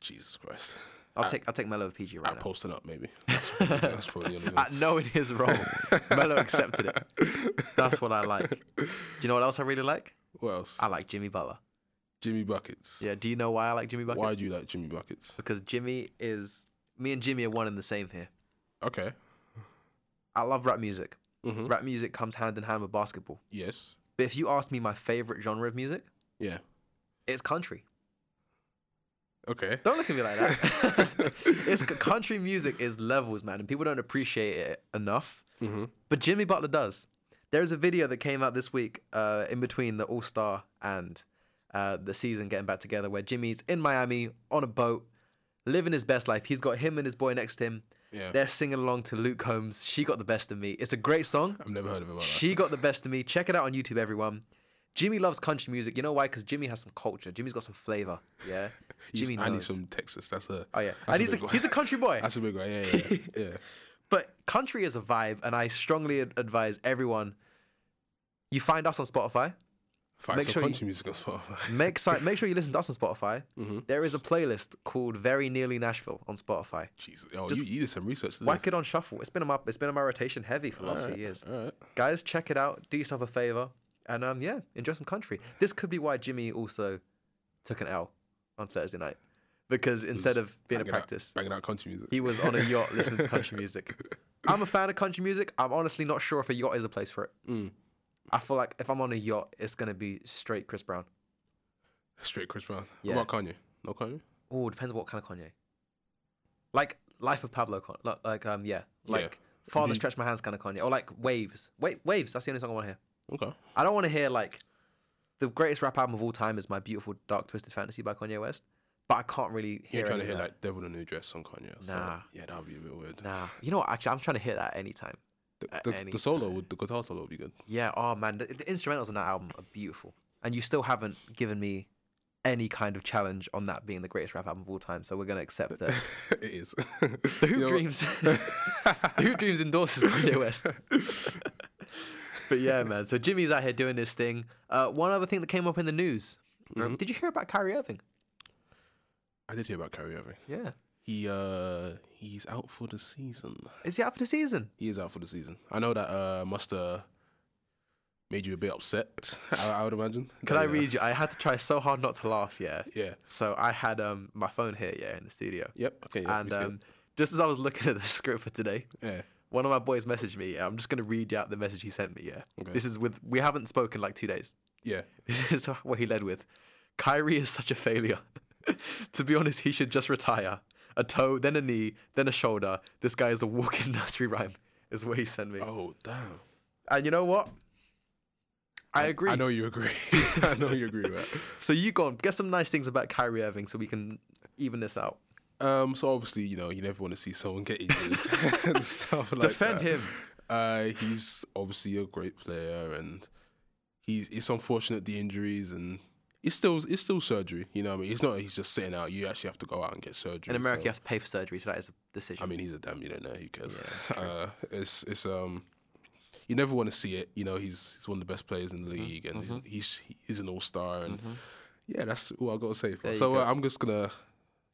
S2: Jesus Christ.
S1: I'll take I'll take Melo over PG right
S2: At posting up, maybe. Uh, That's, probably- that's probably the only
S1: now.
S2: one.
S1: At knowing his role, Melo accepted it. That's what I like. Do you know what else I really like?
S2: What else?
S1: I like Jimmy Butler.
S2: Jimmy Buckets.
S1: Yeah. Do you know why I like Jimmy Buckets?
S2: Why do you like Jimmy Buckets?
S1: Because Jimmy is me and Jimmy are one and the same here.
S2: Okay.
S1: I love rap music.
S2: Mhm.
S1: Rap music comes hand in hand with basketball.
S2: Yes.
S1: But if you ask me my favorite genre of music,
S2: Yeah.
S1: it's country.
S2: Okay.
S1: Don't look at me like that. it's country music is levels, man, and people don't appreciate it enough.
S2: hmm
S1: But Jimmy Butler does. There is a video that came out this week, uh, in between the All Star and uh, the season getting back together, where Jimmy's in Miami on a boat, living his best life. He's got him and his boy next to him.
S2: Yeah.
S1: They're singing along to Luke Combs. She got the best of me. It's a great song.
S2: I've never heard of him. Like that.
S1: She got the best of me. Check it out on YouTube, everyone. Jimmy loves country music. You know why? Because Jimmy has some culture. Jimmy's got some flavor. Yeah.
S2: He's-
S1: Jimmy
S2: and
S1: knows.
S2: he's from Texas. That's a.
S1: oh yeah,
S2: that's
S1: and he's
S2: big
S1: a,
S2: one.
S1: he's a country boy.
S2: That's a big one. Yeah. Yeah. yeah. yeah.
S1: But country is a vibe, and I strongly ad- advise everyone. You find us on Spotify.
S2: Find
S1: Make
S2: some
S1: sure you-
S2: country music on Spotify.
S1: Make si- make sure you listen to us on Spotify.
S2: Mm-hmm.
S1: There is a playlist called "Very Nearly Nashville" on Spotify.
S2: Jesus. Oh, you, you did some research. to
S1: Whack
S2: this.
S1: it on shuffle. It's been in my it's been in my rotation heavy for the last few years.
S2: All right.
S1: Guys, check it out. Do yourself a favor, and um, yeah, enjoy some country. This could be why Jimmy also took an L on Thursday night because instead of being at
S2: Banging out-
S1: practice,
S2: banging out country music.
S1: he was on a yacht listening to country music. I'm a fan of country music. I'm honestly not sure if a yacht is a place for it.
S2: Mm.
S1: I feel like if I'm on a yacht, it's gonna be straight Chris Brown.
S2: Straight Chris Brown.
S1: Yeah.
S2: What about Kanye? No Kanye.
S1: Oh, depends what kind of Kanye. Like Life of Pablo, Con- like- like um yeah, like Father
S2: The-
S1: Stretch My Hands kind of Kanye, or like Waves. Wait, Waves. That's the only song I want to hear.
S2: Okay.
S1: I don't want to hear like the greatest rap album of all time is My Beautiful Dark Twisted Fantasy by Kanye West, but I can't really hear.
S2: You're trying
S1: any
S2: to
S1: of
S2: hear
S1: that.
S2: like Devil in a New Dress on Kanye. So,
S1: Nah.
S2: yeah, that would be a bit weird.
S1: Nah, you know what? Actually, I'm trying to hit that anytime.
S2: The,
S1: at
S2: the,
S1: any
S2: the solo would the guitar solo would be good.
S1: Yeah. Oh man, the, the instrumentals on that album are beautiful, and you still haven't given me any kind of challenge on that being the greatest rap album of all time. So we're gonna accept that.
S2: it is.
S1: The Hoop Dreams, the Hoop Dreams endorses Kanye West. but yeah, man. So Jimmy's out here doing this thing. Uh, one other thing that came up in the news.
S2: Mm-hmm.
S1: Um, Did you hear about Kyrie Irving?
S2: I did hear about Kyrie Irving.
S1: Yeah.
S2: He uh he's out for the season.
S1: Is he out for the season?
S2: He is out for the season. I know that uh must have made you a bit upset. I, I would imagine.
S1: Can I
S2: Yeah.
S1: read you? I had to try so hard not to laugh. Yeah.
S2: Yeah.
S1: So I had um my phone here, yeah, in the studio.
S2: Yep. Okay. Yeah.
S1: and
S2: we see it.
S1: um, just as I was looking at the script for today,
S2: yeah.
S1: one of my boys messaged me. Yeah, I'm just gonna read out the message he sent me. Yeah,
S2: Okay.
S1: this is with we haven't spoken like two days.
S2: Yeah.
S1: This is what he led with. Kyrie is such a failure. to be honest, he should just retire. A toe, then a knee, then a shoulder. This guy is a walking nursery rhyme. Is what he sent me.
S2: Oh damn.
S1: And you know what? I, agree.
S2: I know you agree. I know you agree with that.
S1: So you go on, get some nice things about Kyrie Irving, so we can even this out.
S2: Um, so obviously, you know, you never want to see someone get injured and stuff like
S1: Defend
S2: that.
S1: him.
S2: Uh, he's obviously a great player, and he's it's unfortunate the injuries, and it's still it's still surgery. You know, what I mean, it's not he's just sitting out. You actually have to go out and get
S1: In
S2: surgery.
S1: America,
S2: so-
S1: you have to pay for surgery, so that is a decision.
S2: I mean, he's a damn millionaire. Who cares? uh, it's it's um, you never want to see it. You know, he's he's one of the best players in the
S1: Mm-hmm,
S2: league, and he's, he's he's an all star, and yeah, that's all I got to say. For
S1: There
S2: it.
S1: you
S2: so
S1: go.
S2: uh, I'm just gonna,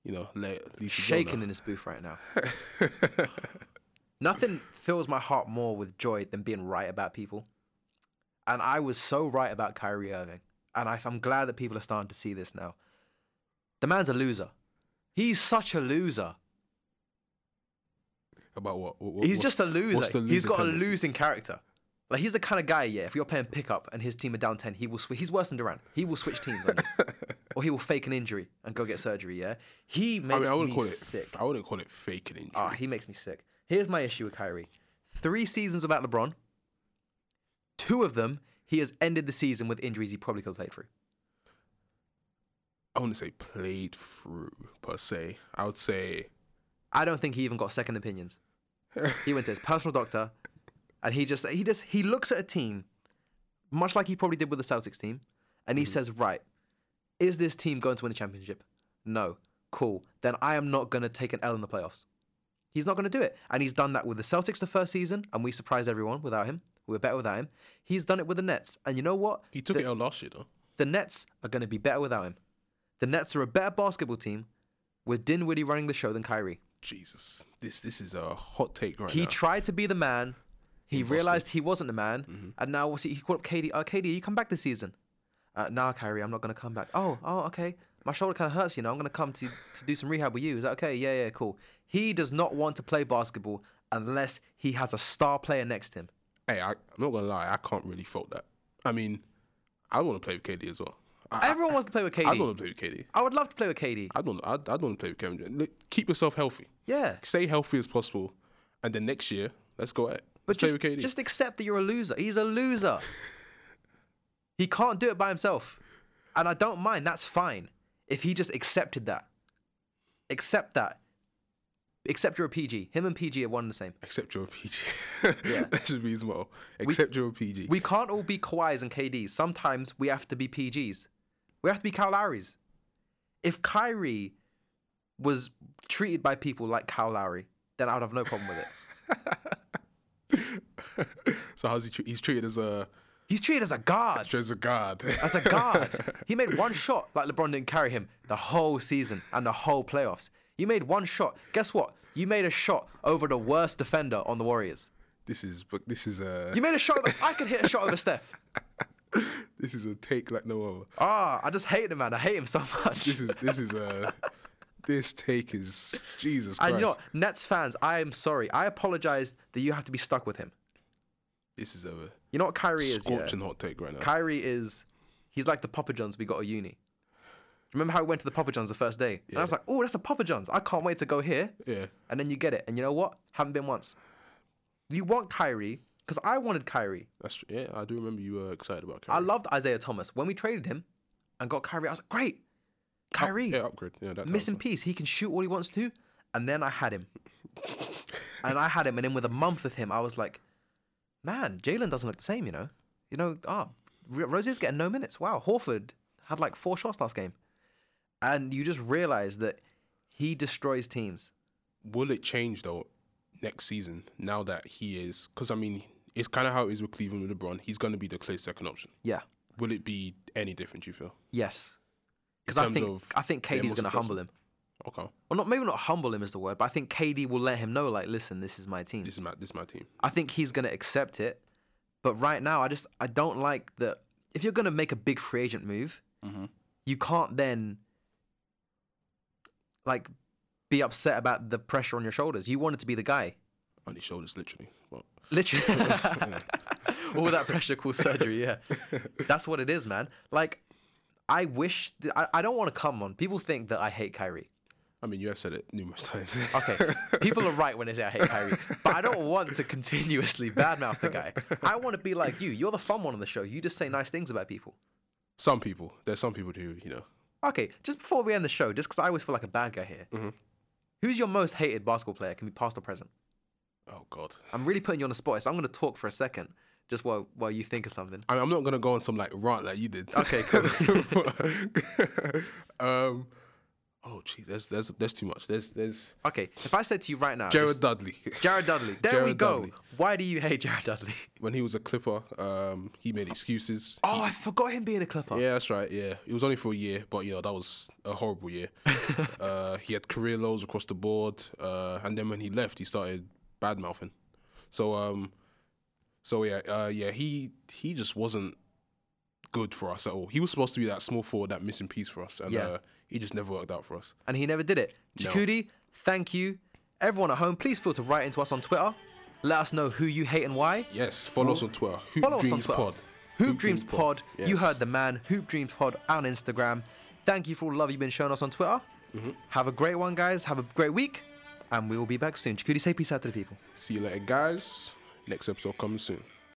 S2: you know, let it leave you go
S1: shaking
S2: now.
S1: in his booth right now. Nothing fills my heart more with joy than being right about people. And I was so right about Kyrie Irving. And I, I'm glad that people are starting to see this now. The man's a loser. He's such a loser.
S2: about what? What- what-
S1: He's
S2: what's-
S1: just a loser.
S2: what's the
S1: he's
S2: loser
S1: got
S2: tendency?
S1: a losing character. Like he's the kind of guy, yeah. If you're playing pickup and his team are down ten, he will. Sw- he's worse than Durant. He will switch teams on you, or he will fake an injury and go get surgery. Yeah, he
S2: I
S1: makes
S2: mean, I wouldn't
S1: me
S2: call it.
S1: sick.
S2: I wouldn't call it faking injury.
S1: Ah, he makes me sick. Here's my issue with Kyrie. Three seasons without LeBron. Two of them, he has ended the season with injuries he probably could have played through.
S2: I wouldn't say played through per se. I would say
S1: I don't think he even got second opinions. He went to his personal doctor and he just he just he looks at a team, much like he probably did with the Celtics team, and he says, Right, is this team going to win a championship? No. Cool. Then I am not gonna take an L in the playoffs. He's not going to do it. And he's done that with the Celtics the first season, and we surprised everyone without him. We were better without him. He's done it with the Nets. And you know what?
S2: he took
S1: the,
S2: it out last year though.
S1: the Nets are going to be better without him. The Nets are a better basketball team with Dinwiddie running the show than Kyrie.
S2: Jesus, this this is a hot take right
S1: He
S2: now.
S1: tried to be the man. He
S2: Boston.
S1: realized he wasn't the man.
S2: Mm-hmm.
S1: And now what's he, he called up KD. Uh, KD, you come back this season. Uh, nah, Kyrie, I'm not going to come back. Oh, oh, okay. My shoulder kind of hurts, you know. I'm going to come to to do some rehab with you. Is that okay? Yeah, yeah, cool. He does not want to play basketball unless he has a star player next to him.
S2: hey, I, I'm not gonna lie, I can't really fault that. I mean, I want to play with KD as well. I,
S1: Everyone wants to play with
S2: I, I'd
S1: KD.
S2: want to play with KD.
S1: I would love to play with KD.
S2: I'd want, I'd, I'd want to play with Kevin. Durant. Look, keep yourself healthy.
S1: Yeah.
S2: Stay healthy as possible, and then next year, let's go at it.
S1: But
S2: Let's
S1: just,
S2: play with KD.
S1: just accept that you're a loser. He's a loser. he can't do it by himself. And I don't mind. That's fine. If he just accepted that. Accept that. Accept you're a PG. Him and PG are one and the same.
S2: Accept your PG.
S1: Yeah.
S2: that should be his motto. Accept your PG.
S1: We can't all be Kawhis and KDs. Sometimes we have to be PGs. We have to be Kyle Lowry's. If Kyrie was treated by people like Kyle Lowry, then I would have no problem with it.
S2: so how's he? Tre- he's treated as a
S1: He's treated as a god.
S2: as a god.
S1: as a guard. he made one shot like LeBron didn't carry him the whole season and the whole playoffs. You made one shot. Guess what? You made a shot over the worst defender on the Warriors.
S2: this is but this is a
S1: You made a shot. That, I could hit a shot over Steph.
S2: this is a take like no other.
S1: Ah, I just hate the man. I hate him so much.
S2: This is this is a this take is
S1: And
S2: Jesus Christ.
S1: you know, what? Nets fans, I am sorry. I apologize that you have to be stuck with him.
S2: This is a
S1: You know what Kyrie is? Yeah?
S2: scorching hot take right now.
S1: Kyrie is, he's like the Papa Johns we got at uni. Remember how we went to the Papa Johns the first day? And I was like, oh, that's a Papa Johns. I can't wait to go here.
S2: yeah,
S1: And then you get it. And you know what? Haven't been once. You want Kyrie, because I wanted Kyrie.
S2: that's tr- yeah. I do remember you were excited about
S1: I
S2: Kyrie.
S1: loved Isaiah Thomas. When we traded him and got Kyrie, I was like, great. Kyrie,
S2: yeah, upgrade. Yeah, that
S1: miss in peace. He can shoot all he wants to. And then I had him. and I had him. And then with a month of him, I was like, man, Jalen doesn't look the same, you know? You know, ah, Ro- Rozier's getting no minutes. Wow. Horford had like four shots last game. And you just realize that he destroys teams.
S2: will it change though next season now that he is because I mean it's kind of how it is with Cleveland with LeBron. He's going to be the clear second option.
S1: Yeah.
S2: Will it be any different? You feel
S1: Yes. Because
S2: In
S1: I
S2: terms
S1: think
S2: of
S1: I think
S2: being
S1: KD's going
S2: more
S1: to
S2: successful.
S1: humble him.
S2: okay?
S1: Well, not maybe not humble him is the word, but I think KD will let him know, like, listen, this is my team.
S2: This is my this is my team.
S1: I think he's going to accept it. But right now, I just I don't like that. If you're going to make a big free agent move,
S2: Mhm.
S1: you can't then like be upset about the pressure on your shoulders. You wanted to be the guy,
S2: On his shoulders, literally. Well,
S1: literally. All that pressure called surgery. Yeah, that's what it is, man. Like, I wish th- I, I don't want to come on. People think that I hate Kyrie.
S2: I mean, you have said it numerous times.
S1: Okay, people are right when they say I hate Kyrie, but I don't want to continuously badmouth the guy. I want to be like you. You're the fun one on the show. You just say nice things about people.
S2: some people. There's some people who you know.
S1: Okay, just before we end the show, just because I always feel like a bad guy here, who's your most hated basketball player? Can be past or present.
S2: Oh God.
S1: I'm really putting you on the spot, so I'm going to talk for a second, just while while you think of something.
S2: I mean, I'm not gonna go on some like rant like you did.
S1: Okay, cool.
S2: um, oh, gee, there's there's there's too much. There's there's
S1: Okay, if I said to you right now,
S2: Jared
S1: just-
S2: Dudley.
S1: Jared Dudley, there we
S2: Jared
S1: go.
S2: Dudley.
S1: Why do you hate Jared Dudley?
S2: when he was a Clipper, um, he made excuses.
S1: Oh, I forgot him being a Clipper.
S2: Yeah, that's right. Yeah, it was only for a year, but you know that was a horrible year. uh, he had career lows across the board, uh, and then when he left, he started bad mouthing. So, um, so yeah, uh, yeah, he he just wasn't good for us at all. He was supposed to be that small forward, that missing piece for us, and
S1: Yeah.
S2: uh, he just never worked out for us.
S1: and he never did it.
S2: No.
S1: Chikudi, thank you. Everyone at home, please feel to write into us on Twitter. Let us know who you hate and why.
S2: Yes, follow us on Twitter. Hoop
S1: Follow
S2: Dreams
S1: us on Twitter.
S2: Pod.
S1: Hoop, Dreams Pod. You
S2: Yes.
S1: heard the man. Hoop Dreams Pod on Instagram. Thank you for all the love you've been showing us on Twitter. Have a great one, guys. Have a great week. And we will be back soon. Chikudi, say peace out to the people.
S2: See you later, guys. Next episode coming soon.